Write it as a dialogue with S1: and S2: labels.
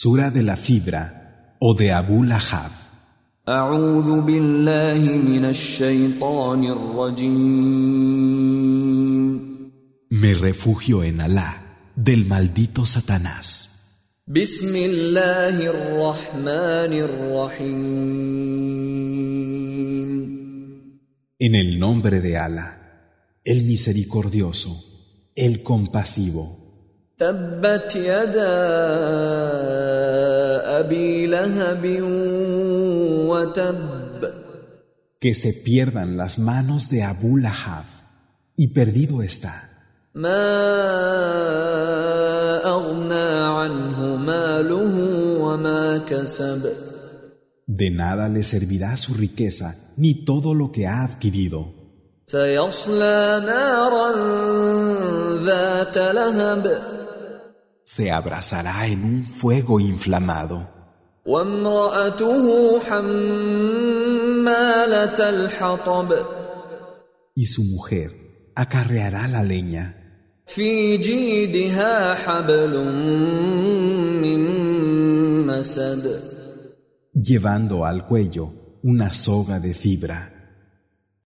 S1: Sura de la fibra o de Abu Lahab.
S2: أعوذ بالله من الشيطان الرجيم
S1: Me refugio en Alá, del maldito Satanás.
S2: بسم الله الرحمن الرحيم
S1: En el nombre de Alá, el misericordioso, el compasivo.
S2: تبت يدا أبي لهب وتب
S1: Que se pierdan las manos de Abu Lahab. Y perdido está.
S2: ما أغنى عنه ماله وما كسب
S1: De nada le servirá su riqueza ni todo lo que ha adquirido.
S2: سيصلى نارا ذات لهب
S1: Se abrazará en un fuego inflamado.
S2: وامرأته حمالة الحطب
S1: Y su mujer acarreará la leña.
S2: في جيدها حبل من مسد
S1: llevando al cuello una soga de fibra.